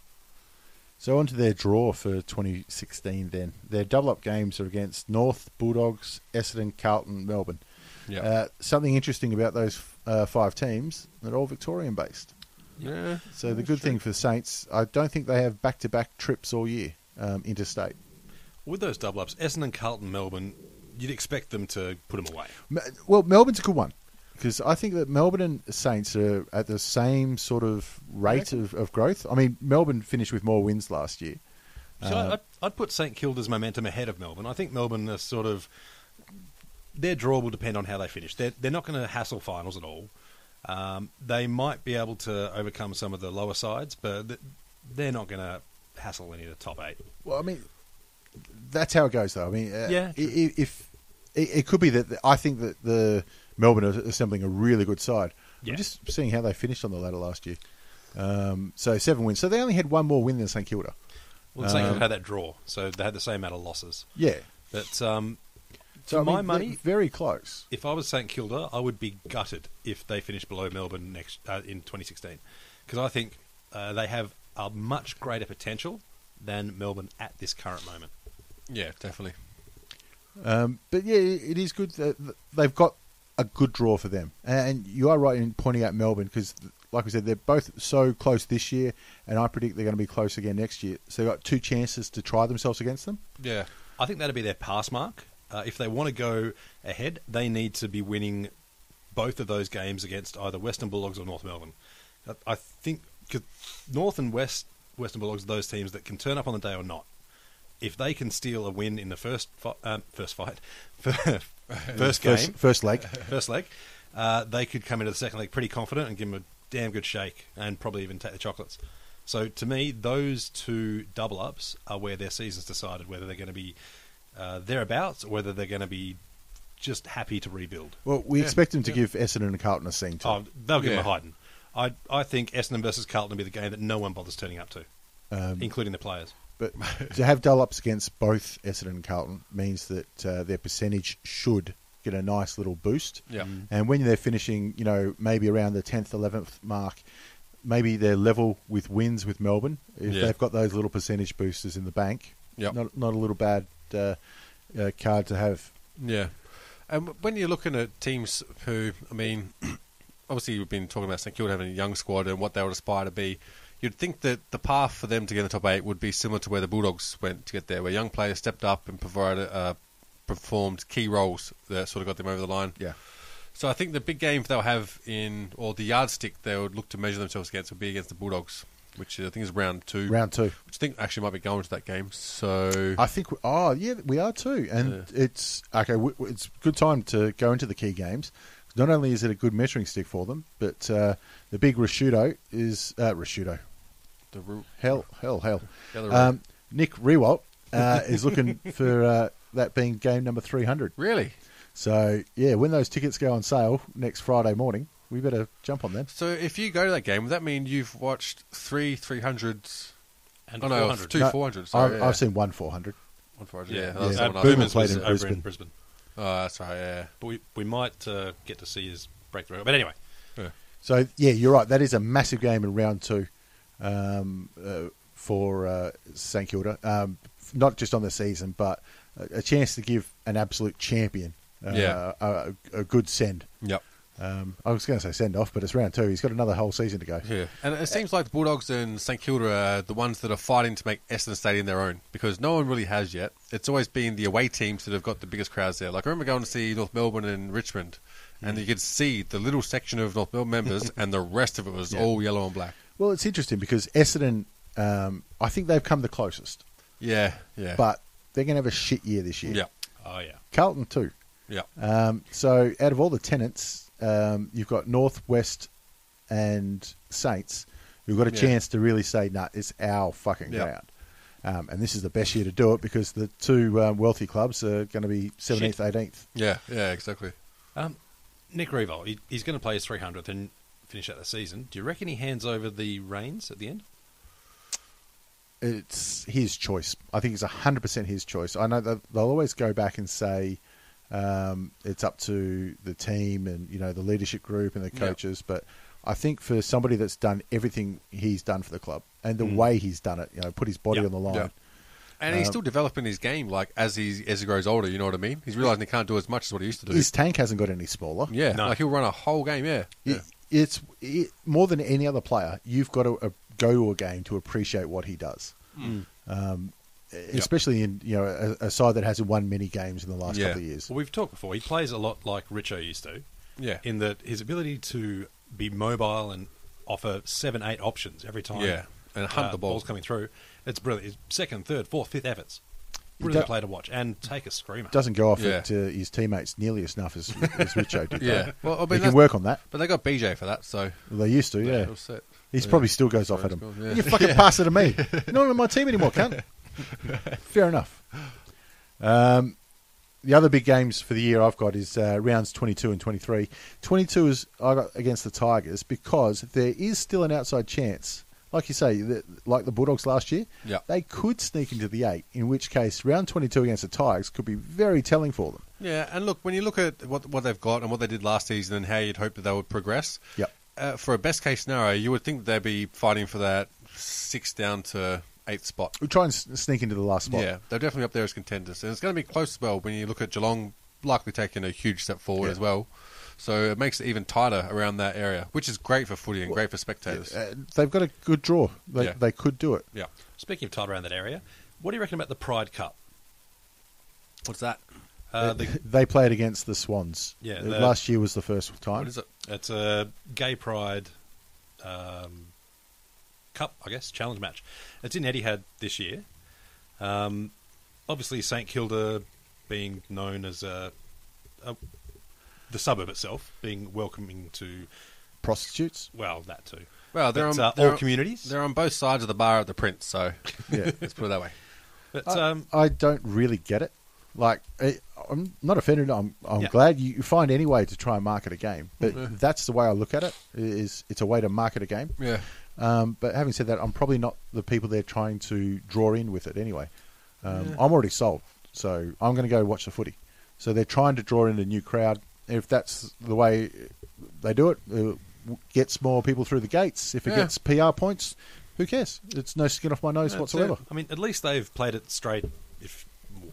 A: So on to their draw for 2016 then. Their double-up games are against North, Bulldogs, Essendon, Carlton, Melbourne.
C: Yeah,
A: Uh, something interesting about those uh, five teams, they're all Victorian-based.
C: yeah.
A: So the good thing for the Saints, I don't think they have back-to-back trips all year um, interstate.
B: With those double ups, Essendon, Carlton, Melbourne, you'd expect them to put him away.
A: Me- Well, Melbourne's a good one because I think that Melbourne and Saints are at the same sort of rate of, of growth. I mean, Melbourne finished with more wins last year.
B: So I, I'd, I'd put St Kilda's momentum ahead of Melbourne. I think Melbourne are sort of their draw will depend on how they finish. They're they're not going to hassle finals at all. Um, they might be able to overcome some of the lower sides, but th- they're not going to hassle any of the top eight.
A: Well, I mean, that's how it goes, though. I mean, uh,
B: Yeah,
A: i- i- if it, it could be that the- I think that the Melbourne are assembling a really good side.
B: Yeah.
A: I'm just seeing how they finished on the ladder last year. Um, so seven wins. So they only had one more win than St Kilda.
B: Well, St Kilda had that draw, so they had the same amount of losses.
A: Yeah.
B: But um,
A: So
B: For
A: I mean,
B: my
A: they're
B: money-
A: very close.
B: if I was St Kilda, I would be gutted if they finished below Melbourne next uh, in 2016, because I think uh, they have a much greater potential than Melbourne at this current moment.
C: Yeah, definitely.
A: Um, but yeah, it is good that that they've got a good draw for them. And you are right in pointing out Melbourne because, like we said, they're both so close this year, and I predict they're going to be close again next year. So they've got two chances to try themselves against them.
C: Yeah,
B: I think that'll be their pass mark. Uh, if they want to go ahead, they need to be winning both of those games against either Western Bulldogs or North Melbourne. Uh, I- I think 'cause North and West Western Bulldogs are those teams that can turn up on the day or not. If they can steal a win in the first fi- um, first fight, first game,
A: First, first leg.
B: first leg, uh, they could come into the second leg pretty confident and give them a damn good shake and probably even take the chocolates. So to me, those two double ups are where their season's decided whether they're going to be uh, thereabouts or whether they're going to be just happy to rebuild.
A: Well, we
C: Yeah.
A: expect them to
C: Yeah.
A: give Essendon and Carlton a scene too.
B: Oh, they'll give
C: Yeah.
B: them a hiding. I, I think Essendon versus Carlton will be the game that no one bothers turning up to, including the players.
A: But to have dull ups against both Essendon and Carlton means that uh, their percentage should get a nice little boost.
C: Yeah. Mm.
A: And when they're finishing, you know, maybe around the 10th, 11th mark, maybe they're level with wins with Melbourne. If
C: Yeah.
A: they've got those little percentage boosters in the bank,
C: Yep.
A: not, not a little bad uh, uh, card to have.
C: yeah. And w- when you're looking at teams who, I mean, obviously we've been talking about St Kilda having a young squad and what they would aspire to be. You'd think that the path for them to get in the top eight would be similar to where the Bulldogs went to get there, where young players stepped up and provided uh, performed key roles that sort of got them over the line.
A: Yeah.
C: So I think the big game they'll have in, or the yardstick they would look to measure themselves against, would be against the Bulldogs, which I think is round two.
A: Round two.
C: Which I think actually might be going to that game. So
A: I think. We, oh, yeah, we are too, and it's okay. W- w- it's good time to go into the key games. Not only is it a good measuring stick for them, but uh, the big Rashudo is uh, Rashudo.
C: the ru-
A: Hell, hell, hell.
C: The other
A: Um, Nick Rewalt uh, is looking for uh, that being game number three hundred.
C: really.
A: So yeah, when those tickets go on sale next Friday morning, we better jump on them.
C: So if you go to that game, would that mean you've watched three three hundreds?
B: And
C: Oh, no,
B: 400.
C: two-
A: No,
C: 400, sorry,
A: I've,
C: yeah.
A: I've seen one four hundred.
C: One four hundred.
B: Yeah,
C: Yeah,
B: and
C: that's
A: yeah.
C: the one I-
A: Boomer
B: Boomers
A: played
B: was
A: in
B: over Uh, in
A: Brisbane.
B: Brisbane.
C: Oh, that's right. Yeah.
B: But we, we might uh, get to see his breakthrough. But anyway,
C: yeah.
A: So yeah, you're right. That is a massive game in round two um, uh, for uh, St Kilda. Um, f- not just on the season, but a, a chance to give an absolute champion uh,
C: Yeah.
A: a, a good send.
C: Yep.
A: Um, I was going to say send off, but it's round two. He's got another whole season to go.
C: Yeah, and it seems like the Bulldogs and St Kilda are the ones that are fighting to make Essendon Stadium their own because no one really has yet. It's always been the away teams that have got the biggest crowds there. Like I remember going to see North Melbourne and Richmond, and
A: Mm.
C: you could see the little section of North Melbourne members, and the rest of it was all yellow and black.
A: Well, it's interesting because Essendon, um, I think they've come the closest,
C: Yeah, yeah,
A: but they're going to have a shit year this year.
C: yeah,
B: oh yeah.
A: Carlton too.
C: Yeah.
A: Um, so out of all the tenants, um, you've got North, West, and Saints who've got a
C: Yeah.
A: chance to really say, "Nah, it's our fucking
C: Yeah.
A: ground." Um, and this is the best year to do it because the two um, wealthy clubs are going to be seventeenth, eighteenth.
C: Yeah. Yeah. Exactly.
B: Um, Nick Revolt, he, he's going to play his 300th and finish out the season. Do you reckon he hands over the reins at the end?
A: It's his choice. I think it's hundred percent his choice. I know that they'll always go back and say um, it's up to the team and you know the leadership group and the
C: Yeah.
A: coaches, but. I think for somebody that's done everything he's done for the club and the way he's done it, you know, put his body
B: Yeah.
A: on the line,
C: Mm. Yeah. And
A: Um,
C: he's still developing his game, like as he as he grows older. You know what I mean? He's realizing he can't do as much as what he used to do.
A: His tank hasn't got any smaller.
C: yeah,
B: No.
C: like he'll run a whole game. Yeah,
A: It-
C: yeah,
A: it's it, more than any other player. You've got to uh, go to a game to appreciate what he does,
C: Mm.
A: um, especially in you know a, a side that hasn't won many games in the last
C: Yeah.
A: couple of years.
B: Well, we've talked before. He plays a lot like Richo used to,
C: yeah.
B: in that his ability to be mobile and offer seven, eight options every time. uh,
C: Yeah, and hunt the ball.
B: Ball's coming through. It's brilliant. His second, third, fourth, fifth efforts. Brilliant
A: don't-
B: play to watch and take a screamer.
A: Doesn't go off
C: Yeah.
A: at uh, his teammates nearly as enough as, as Richo did.
C: Yeah.
A: though.
C: Well, I mean,
A: he can
C: that's-
A: work on that.
C: But they got BJ for that, so
A: They used to, yeah.
C: all set.
A: He's
C: Yeah.
A: probably still goes off at him.
C: Sorry, it's gone, yeah.
A: You fucking pass it to me. You're not on my team anymore, cunt. Fair enough. Um, the other big games for the year I've got is uh, rounds 22 and 23. 22 is I got against the Tigers because there is still an outside chance. Like you say, the, like the Bulldogs last year,
C: Yeah.
A: they could sneak into the eight, in which case round 22 against the Tigers could be very telling for them.
C: Yeah, and look, when you look at what what they've got and what they did last season and how you'd hope that they would progress,
A: Yep.
C: uh, for a best case scenario, you would think they'd be fighting for that six down to eighth spot.
A: We try and s- sneak into the last spot.
C: Yeah, they're definitely up there as contenders, and it's going to be close as well. When you look at Geelong, likely taking a huge step forward
A: Yeah.
C: as well, so it makes it even tighter around that area, which is great for footy and great for spectators.
A: Uh, they've got a good draw. They,
C: Yeah.
A: they could do it.
C: yeah,
B: Speaking of tight around that area, what do you reckon about the Pride Cup?
C: what's that?
B: Uh, the,
A: they played against the Swans.
B: Yeah,
A: Uh,
B: the-
A: last year was the first time.
C: What is it?
B: It's a gay pride um, cup, I guess, challenge match. It's in Etihad this year. Um, obviously, St Kilda being known as a, a the suburb itself, being welcoming to
A: Prostitutes.
B: well that too.
C: Well, they're
B: But,
C: on
B: uh,
C: they're
B: all
C: on-
B: communities.
C: They're on both sides of the bar at the Prince, so
A: Yeah,
C: let's put it that way.
B: But
A: I,
C: uh,
B: um,
A: I don't really get it. Like, I, I'm not offended. I'm I'm
B: Yeah.
A: glad you you find any way to try and market a game, but that's the way I look at it. Is it's a way to market a game.
C: Yeah.
A: Um, but having said that, I'm probably not the people they're trying to draw in with it anyway. Um, I'm already sold, so I'm going to go watch the footy. So they're trying to draw in a new crowd. If that's the way they do it, it gets more people through the gates. If it
C: Yeah.
A: gets PR points, who cares? It's no skin off my nose
C: That's it.
A: whatsoever.
B: I mean, at least they've played it straight, if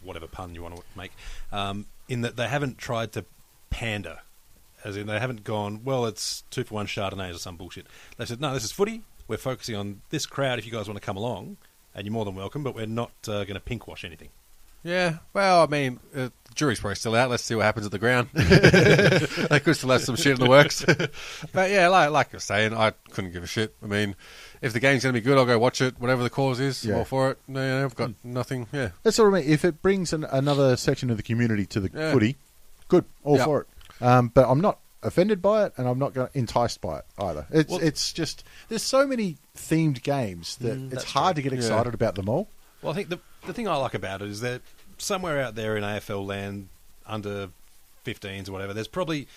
B: whatever pun you want to make, um, in that they haven't tried to pander, as in they haven't gone, well, it's two for one Chardonnays or some bullshit. They said, no, this is footy. We're focusing on this crowd if you guys want to come along, and you're more than welcome, but we're not uh, going to pinkwash anything.
C: Yeah, well, I mean, uh, the jury's probably still out. Let's see what happens at the ground. they could still have some shit in the works. but yeah, like like I was saying, I couldn't give a shit. I mean, if the game's going to be good, I'll go watch it, whatever the cause is. I'm
A: Yeah.
C: all for it. No, yeah, I've got nothing. Yeah.
A: That's what I mean. If it brings an, another section of the community to the
C: Yeah.
A: footy, good, all
C: Yeah.
A: for it. Um, but I'm not offended by it, and I'm not going enticed by it either. It's
B: Well-
A: it's just there's so many themed games that it's
B: that's
A: hard
B: true.
A: to get
C: Yeah.
A: excited about them all.
B: Well, I think the, the thing I like about it is that somewhere out there in AFL land, under 15s or whatever, there's probably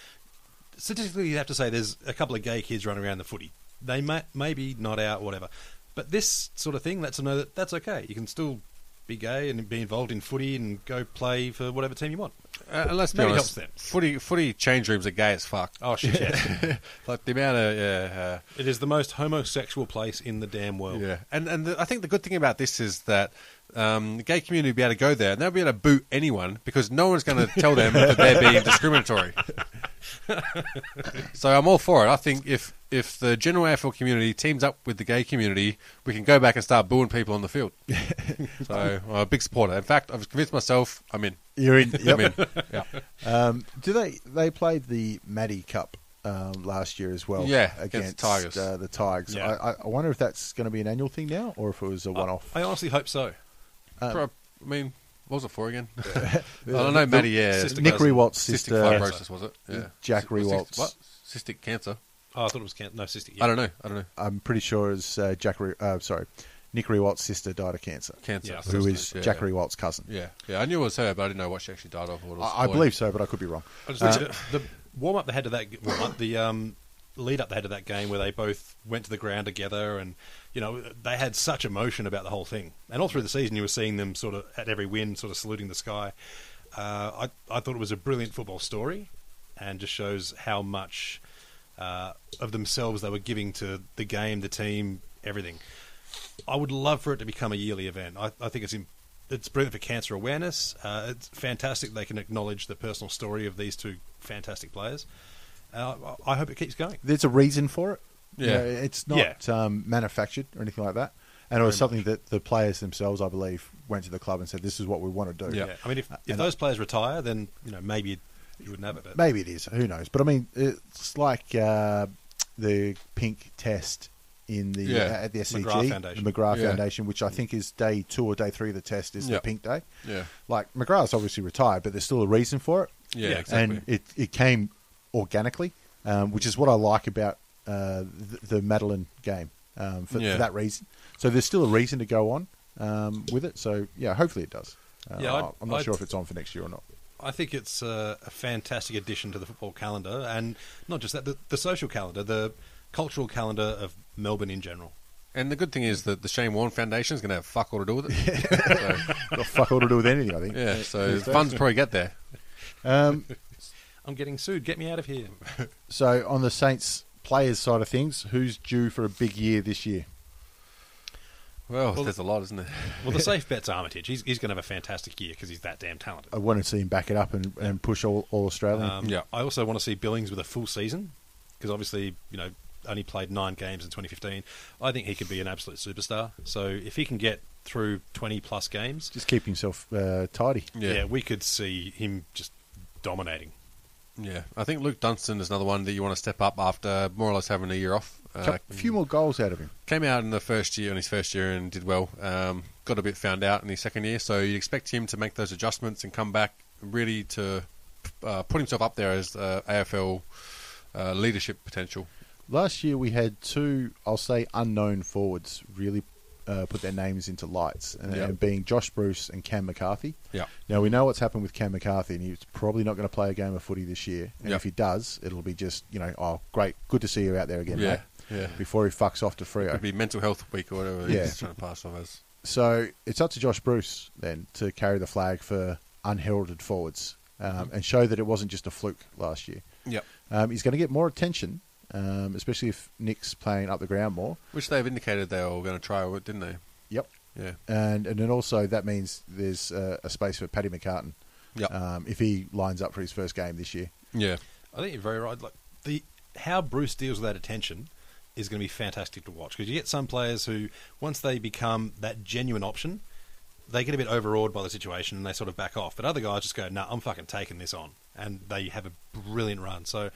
B: statistically you'd have to say there's a couple of gay kids running around the footy. They may maybe not out, whatever. But this sort of thing lets them know that that's okay. You can still be gay and be involved in footy and go play for whatever team you want.
C: Uh, and let's be
B: Maybe it
C: honest,
B: helps them.
C: footy footy change rooms are gay as fuck.
B: Oh shit! Yeah.
C: like the amount of yeah. Uh,
B: it is the most homosexual place in the damn world.
C: Yeah, and and the, I think the good thing about this is that um, the gay community will be able to go there and they'll be able to boot anyone because no one's going to tell them that they're being discriminatory. so I'm all for it. I think if if the general AFL community teams up with the gay community, we can go back and start booing people on the field. so I'm a big supporter. In fact, I've convinced myself I'm in.
A: You're in.
C: I'm in. Yeah.
A: Um, do they they played the Maddie Cup um, last year as well?
C: Yeah,
A: against
C: against the Tigers.
A: Uh, the Tigers.
B: Yeah.
A: I, I- I wonder if that's going to be an annual thing now, or if it was a one off.
B: I honestly hope so.
C: Pro- I mean, What was it for again? I don't know, Matty. Yeah,
B: Cystic-
A: Nick Rewalt's
C: cystic
A: sister.
C: fibrosis was it? Yeah.
A: Jack
C: Cystic- what's
A: Rewalt's-
C: cystic- What? Cystic cancer.
B: Oh, I thought it was can- no cystic.
C: I don't know. I don't know.
A: I'm pretty sure is uh, Jack. Re- uh, sorry, Nick Rewalt's sister died of cancer.
C: Cancer.
B: Yeah, I thought
A: Who
B: it
A: is
C: yeah,
A: Jack
C: yeah.
A: Rewalt's cousin?
C: Yeah, yeah. I knew it was her, but I didn't know what she actually died of. Or what it was
A: I, I
C: for.
A: believe so, but I could be wrong.
B: I just remember the, the warm up they had to that warm up, the um, lead up they had to that game where they both went to the ground together, and you know they had such emotion about the whole thing. And all through the season, you were seeing them sort of at every win, sort of saluting the sky. Uh, I I thought it was a brilliant football story, and just shows how much uh, of themselves they were giving to the game, the team, everything. I would love for it to become a yearly event. I, I think it's im it's brilliant for cancer awareness. Uh, it's fantastic they can acknowledge the personal story of these two fantastic players. Uh, I I hope it keeps going.
A: There's a reason for it. You
C: Yeah.
A: know, it's not um, manufactured or anything like that. And it was something that the players themselves, I believe, went to the club and said, "This is what we want to do."
C: Yeah.
B: I mean, if, if
A: And
B: those players retire, then you know maybe you wouldn't have it. But
A: Maybe it is. Who knows? But I mean, it's like uh, the pink test in the uh,
C: Yeah.
A: at the SCG,
B: McGrath Foundation.
A: the McGrath
C: Yeah.
A: Foundation, which I think is day two or day three of the test is
C: Yeah.
A: the pink day.
C: Yeah,
A: Like McGrath's obviously retired, but there's still a reason for it,
C: yeah,
B: Yeah,
C: exactly.
A: and it it came organically, um, which is what I like about uh, the, the Madeline game um, for,
C: Yeah.
A: for that reason. So there's still a reason to go on um, with it. So yeah, hopefully it does. Uh,
B: Yeah, I'd-
A: I'm not
B: I'd-
A: sure if it's on for next year or not.
B: I think it's a, a fantastic addition to the football calendar, and not just that, the, the social calendar, the cultural calendar of Melbourne in general.
C: And the good thing is that the Shane Warne Foundation is going to have fuck all to do with it. so,
A: Got fuck all to do with anything, I think.
C: yeah, so funds probably get there.
A: Um,
B: I'm getting sued. Get me out of here.
A: So on the Saints players side of things, who's due for a big year this year?
C: Well, there's a lot, isn't there?
B: Well, the safe bet's Armitage. He's, he's going to have a fantastic year because he's that damn talented.
A: I want to see him back it up and, and push all, all Australian.
B: Um,
C: Yeah.
B: I also want to see Billings with a full season because obviously, you know, only played nine games in 2015. I think he could be an absolute superstar. So if he can get through 20 plus games,
A: Just keep himself uh, tidy.
B: yeah.
C: Yeah.
B: we could see him just dominating.
C: Yeah, I think Luke Dunstan is another one that you want to step up after more or less having a year off.
A: A
C: Uh,
A: few more goals out of him.
C: Came out in the first year, in his first year, and did well. Um, got a bit found out in his second year, so you'd expect him to make those adjustments and come back really to uh, put himself up there as uh, AFL uh, leadership potential.
A: Last year we had two, I'll say, unknown forwards really uh, put their names into lights, and,
C: Yeah.
A: and being Josh Bruce and Cam McCarthy.
C: Yeah.
A: Now we know what's happened with Cam McCarthy, and he's probably not going to play a game of footy this year. And
C: Yeah.
A: if he does, it'll be just you know, oh great, good to see you out there again,
C: Yeah,
A: mate.
C: yeah.
A: Before he fucks off to Frio.
C: It'd be mental health week or whatever
A: Yeah.
C: he's trying to pass off as.
A: So it's up to Josh Bruce then to carry the flag for unheralded forwards
C: Mm-hmm.
A: um, and show that it wasn't just a fluke last year.
C: Yep.
A: Um, he's going to get more attention, um, especially if Nick's playing up the ground more.
C: Which they've indicated they were going to try, didn't they?
A: Yep.
C: Yeah.
A: And and then also that means there's uh, a space for Paddy McCartan
C: Yep.
A: um, if he lines up for his first game this year.
C: yeah.
B: I think you're very right. Like the how Bruce deals with that attention is going to be fantastic to watch because you get some players who once they become that genuine option, they get a bit overawed by the situation and they sort of back off. But other guys just go, "No, nah, I'm fucking taking this on," and they have a brilliant run. So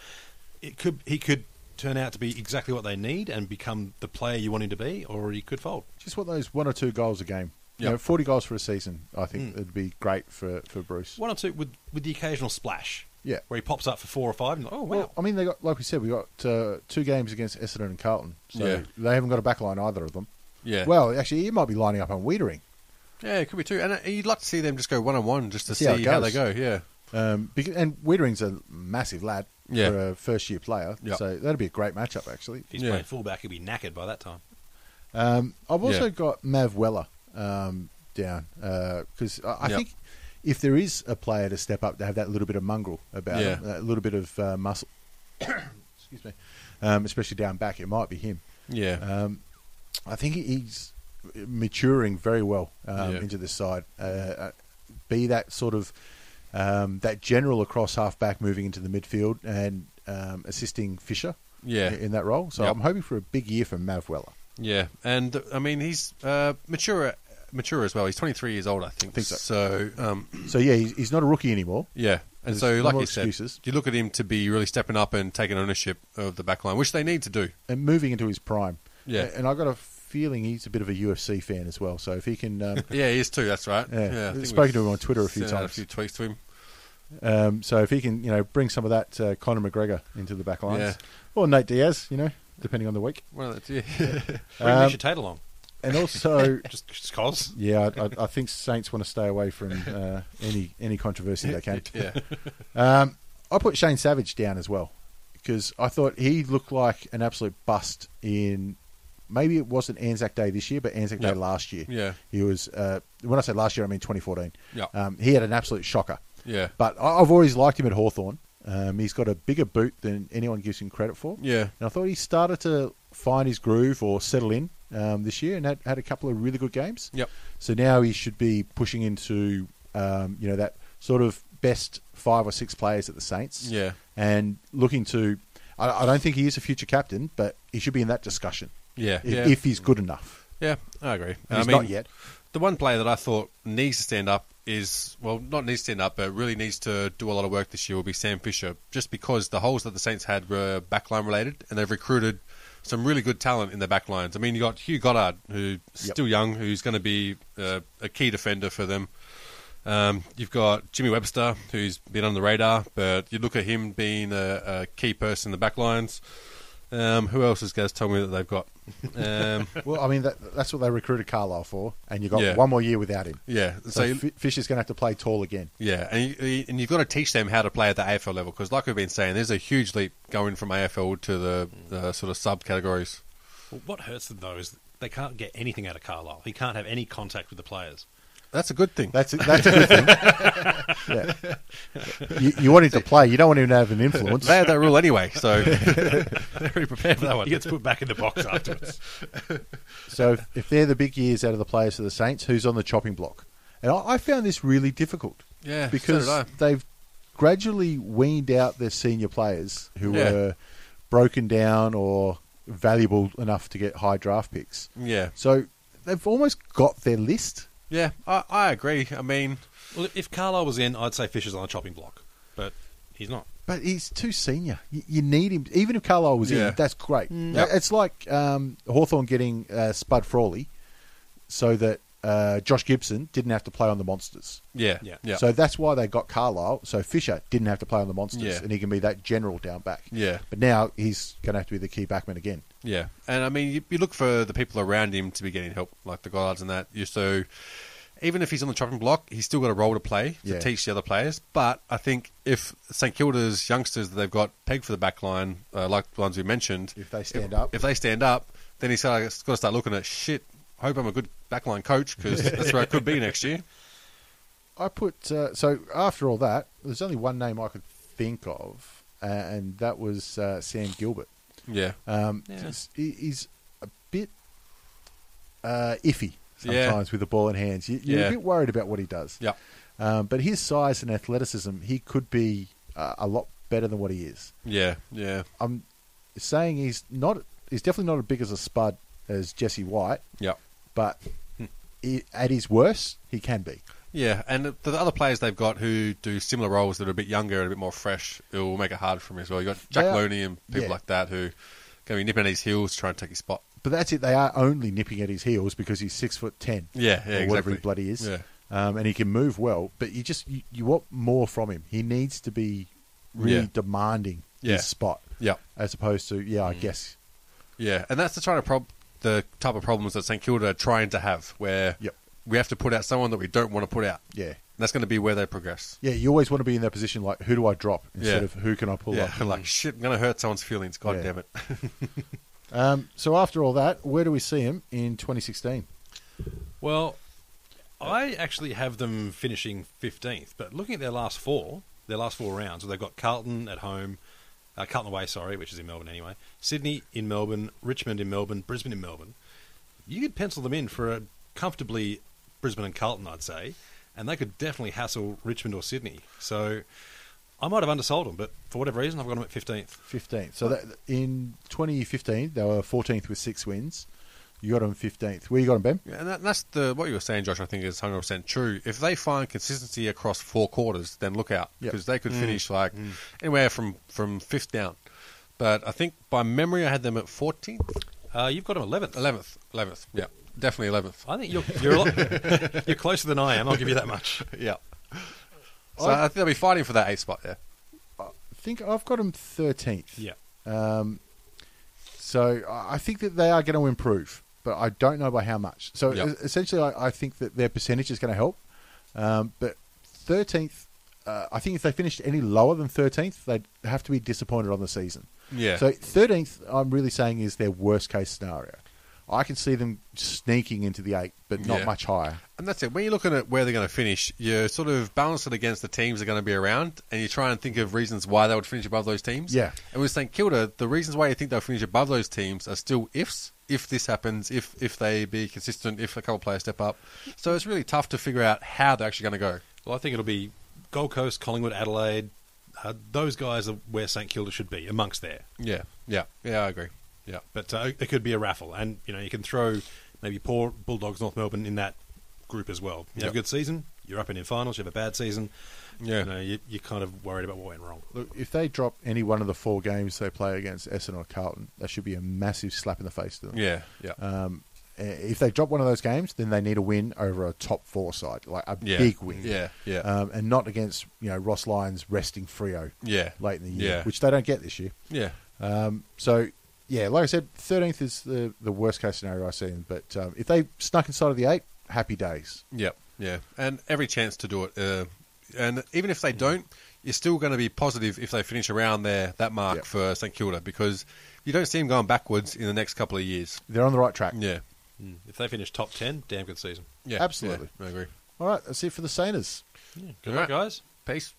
B: it could he could turn out to be exactly what they need and become the player you want him to be, or he could fold.
A: Just want those one or two goals a game. You
C: Yep.
A: know, 40 goals for a season, I think
C: Hmm.
B: Mm.
A: it'd be great for, for Bruce.
B: One or two with with the occasional splash,
A: Yeah.
B: where he pops up for four or five. And, oh wow!
A: Well, I mean, they got like we said, we got uh, two games against Essendon and Carlton, so
C: Yeah.
A: they haven't got a back line either of them.
C: Yeah.
A: Well, actually, he might be lining up on Wiedering
C: yeah, it could be too. And uh, you'd like to see them just go one on one just to
A: See
C: see,
A: how
C: how,
A: it
C: they go.
A: goes.
C: Yeah.
A: um, because, and Wiedering's a massive lad
C: Yeah.
A: for a first-year player,
C: Yeah.
A: so that'd be a great matchup actually.
B: if he's
C: yeah.
B: playing fullback, he'd be knackered by that time.
A: Um, I've also
C: Yeah.
A: got Mav Weller um, down because I, I
C: Yeah.
A: think if there is a player to step up to have that little bit of mongrel about
C: Yeah.
A: him, a little bit of uh, muscle, excuse me, um, especially down back, it might be him.
C: Yeah.
A: Um, I think he's maturing very well um,
C: Yeah.
A: into this side. Uh, Uh, be that sort of um, that general across half back, moving into the midfield and um, assisting Fisher
C: Yeah.
A: in, in that role. So
C: Yep.
A: I'm hoping for a big year for Mav Weller.
C: yeah. And, uh, I mean, he's uh, mature mature as well. He's 23 years old, I think.
A: Think so.
C: um,
A: So yeah, he's, he's not a rookie anymore.
C: yeah. And
A: There's
C: so,
A: no
C: like
A: more
C: you said,
A: excuses.
C: you look at him to be really stepping up and taking ownership of the back line, which they need to do.
A: and moving into his prime.
C: Yeah.
A: A- And I got a f- feeling he's a bit of a UFC fan as well. So if he can, um,
C: Yeah, he is too. That's right.
A: Yeah.
C: I
A: We've
C: think
A: spoken
C: we've
A: to him on Twitter a few
C: sent out A
A: times.
C: few tweets to him.
A: um, so if he can, you know, bring some of that uh, Conor McGregor into the back lines,
C: Yeah.
A: or Nate Diaz, you know, depending on the week,
C: One of the, yeah.
B: Bring
A: Um,
B: Misha Tate along.
A: and also.
B: Just, just cause.
A: Yeah, I, I, I think Saints want to stay away from uh, any any controversy they can.
C: yeah.
A: Um, I put Shane Savage down as well because I thought he looked like an absolute bust in. Maybe it wasn't Anzac Day this year, but Anzac
C: Yep.
A: Day last year.
C: Yeah.
A: He was. Uh, when I say last year, I mean 2014.
C: Yeah.
A: Um, he had an absolute shocker.
C: Yeah.
A: But I, I've always liked him at Hawthorn. Um, he's got a bigger boot than anyone gives him credit for.
C: Yeah.
A: And I thought he started to find his groove or settle in um, this year and had, had a couple of really good games.
C: Yep.
A: So now he should be pushing into, um, you know, that sort of best five or six players at the Saints.
C: Yeah.
A: And looking to, I, I don't think he is a future captain, but he should be in that discussion
C: Yeah.
A: i-
C: Yeah.
A: if he's good enough.
C: yeah. I agree.
A: And
C: I
A: he's
C: mean,
A: not yet.
C: The one player that I thought needs to stand up is well, not needs to stand up, but really needs to do a lot of work this year will be Sam Fisher, just because the holes that the Saints had were backline related, and they've recruited some really good talent in the backlines. I mean, you got Hugh Goddard, who's
A: Yep.
C: still young, who's going to be uh, a key defender for them. Um, you've got Jimmy Webster, who's been on the radar, but you look at him being a, a key person in the backlines. Um, who else has guys told me that they've got? Um,
A: Well, I mean, that, that's what they recruited Carlisle for, and you got
C: Yeah.
A: one more year without him.
C: yeah,
A: So,
C: you-
A: Fi- Fisher's going to have to play tall again.
C: Yeah, and, you, and you've got to teach them how to play at the AFL level because, like we've been saying, there's a huge leap going from AFL to the, the sort of subcategories.
B: Well, what hurts them though is they can't get anything out of Carlisle. He can't have any contact with the players.
C: That's a good thing.
A: That's that's a good thing. Yeah. You, you want him to play. You don't want him to have an influence.
C: they have that rule anyway, so they're already prepared for that one.
B: He gets put back in the box afterwards.
A: So if, if they're the big years out of the players for the Saints, who's on the chopping block? And I, I found this really difficult
C: Yeah, so
A: because
C: did I.
A: they've gradually weaned out their senior players who
C: Yeah.
A: were broken down or valuable enough to get high draft picks.
C: Yeah,
A: So they've almost got their list.
C: yeah, I, I agree. I mean,
B: well, if Carlisle was in, I'd say Fisher's on the chopping block, but he's not.
A: But he's too senior. You, you need him. Even if Carlisle was
C: Yeah.
A: in, that's great.
C: Yep.
A: It's like um, Hawthorne getting uh, Spud Frawley so that uh, Josh Gibson didn't have to play on the Monsters.
C: yeah,
B: Yeah.
C: yeah, yeah,
A: So that's why they got Carlisle. So Fisher didn't have to play on the Monsters,
C: Yeah.
A: and he can be that general down back.
C: yeah,
A: But now he's going to have to be the key backman again.
C: And I mean, you, you look for the people around him to be getting help, like the guards and that. You so even if he's on the chopping block, he's still got a role to play to
A: Yeah.
C: teach the other players. But I think if St Kilda's youngsters that they've got pegged for the back line, uh, like the ones we mentioned,
A: If they stand up.
C: if they stand up, then he's got to start looking at shit. Hope I'm a good backline coach because that's where I could be next year.
A: I put uh, so after all that, there's only one name I could think of, uh, and that was uh, Sam Gilbert.
C: Yeah,
A: Um,
B: Yeah.
A: he's- he- He's a bit uh, iffy
C: Yeah.
A: sometimes with the ball in hands. You, you're
C: Yeah.
A: a bit worried about what he does.
C: yeah,
A: Um, but his size and athleticism, he could be uh, a lot better than what he is.
C: yeah, yeah,
A: I'm saying he's not. He's definitely not as big as a spud as Jesse White,
C: yeah.
A: but
C: Hmm.
A: he, at his worst, he can be.
C: Yeah, and the the other players they've got who do similar roles that are a bit younger and a bit more fresh, it will make it hard for him as well. You got Jack
A: They are-
C: Loney and people
A: yeah.
C: like that who going to be nipping at his heels to try and take his spot.
A: But that's it. They are only nipping at his heels because he's six foot ten.
C: Yeah, yeah,
A: or whatever
C: exactly.
A: he bloody is.
C: Yeah.
A: Um, and he can move well, but you just you, you want more from him. He needs to be really
C: Yeah.
A: demanding
C: Yeah. Mm.
A: his spot,
C: Yeah,
A: as opposed to yeah, I guess
C: yeah, and that's the trying to prob- the type of problems that St Kilda are trying to have, where
A: Yep.
C: we have to put out someone that we don't want to put out.
A: yeah,
C: And that's going to be where they progress.
A: yeah. You always want to be in that position, like who do I drop instead
C: Yeah.
A: of who can I pull
C: yeah,
A: up?
C: like shit, I'm going to hurt someone's feelings. God
A: Yeah.
C: damn it.
A: Um, so after all that, where do we see him in 2016?
B: Well, I actually have them finishing 15th, but looking at their last four, their last four rounds, so they've got Carlton at home, uh, Carlton away, sorry, which is in Melbourne anyway, Sydney in Melbourne, Richmond in Melbourne, Brisbane in Melbourne. You could pencil them in for a comfortably Brisbane and Carlton, I'd say, and they could definitely hassle Richmond or Sydney. So I might have undersold them, but for whatever reason, I've got them at 15th.
A: 15th. So that, in 2015, they were 14th with six wins. You got him 15th. Where you got him, Ben?
C: Yeah, and that, that's the what you were saying, Josh. I think is hundred percent true. If they find consistency across four quarters, then look out
A: Yep. Mm.
C: because they could finish like anywhere from from fifth down. But I think by memory, I had them at fourteenth.
B: Uh, you've got him 11th.
C: Eleventh, eleventh. Yeah, definitely eleventh.
B: I think you're you're, a lot, you're closer than I am. I'll give you that much.
C: Yeah. So I, think they'll be fighting for that eighth spot. Yeah.
A: I think I've got them 13th.
B: Yeah.
A: Um, so I I think that they are going to improve, but I don't know by how much. So
C: Yep.
A: es- essentially, I, I think that their percentage is going to help. Um, but 13th, uh, I think if they finished any lower than 13th, they'd have to be disappointed on the season.
C: Yeah.
A: So 13th, I'm really saying, is their worst case scenario. I can see them sneaking into the eight, but not
C: Yeah.
A: much higher.
C: And that's it. When you're looking at where they're going to finish, you sort of balance it against the teams they're going to be around, and you try and think of reasons why they would finish above those teams.
A: Yeah.
C: And with St Kilda, the reasons why you think they'll finish above those teams are still ifs. If this happens, if if they be consistent, if a couple of players step up, so it's really tough to figure out how they're actually going to
B: Well, I think it'll be Gold Coast, Collingwood, Adelaide. Uh, those guys are where St Kilda should be amongst there.
C: go. Yeah. Yeah. Yeah. I agree. Yeah.
B: But uh, it could be a raffle, and you know you can throw maybe poor Bulldogs North Melbourne in that group as well. You have
C: Yep.
B: a good season, you're up in your finals. You have a bad season,
C: Yeah.
B: you know you, you're kind of worried about what went wrong.
A: Look, if they drop any one of the four games they play against Essendon or Carlton, that should be a massive slap in the face to them.
C: Yeah. Yeah.
A: Um, uh, if they drop one of those games, then they need a win over a top four side, like a
C: yeah.
A: big win.
C: Yeah. Yeah.
A: Um, and not against you know Ross Lyons resting Frio
C: yeah.
A: late in the year,
C: Yeah.
A: which they don't get this year.
C: yeah.
A: Um, so yeah, like I said, thirteenth is the, the worst case scenario I've seen. But um, if they snuck inside of the eight, happy days.
C: Yep, yeah, and every chance to do it. Uh, and even if they
A: Mm.
C: don't, you're still going to be positive if they finish around there that mark
A: Yep.
C: for St Kilda because you don't see them going backwards in the next couple of years.
A: They're on the right track.
C: Yeah,
B: Mm. If they finish top ten, damn good season.
C: yeah,
A: Absolutely.
C: yeah, I agree.
A: All right, that's it for the Saners.
B: Good
C: All
B: luck,
C: right.
B: guys.
C: Peace.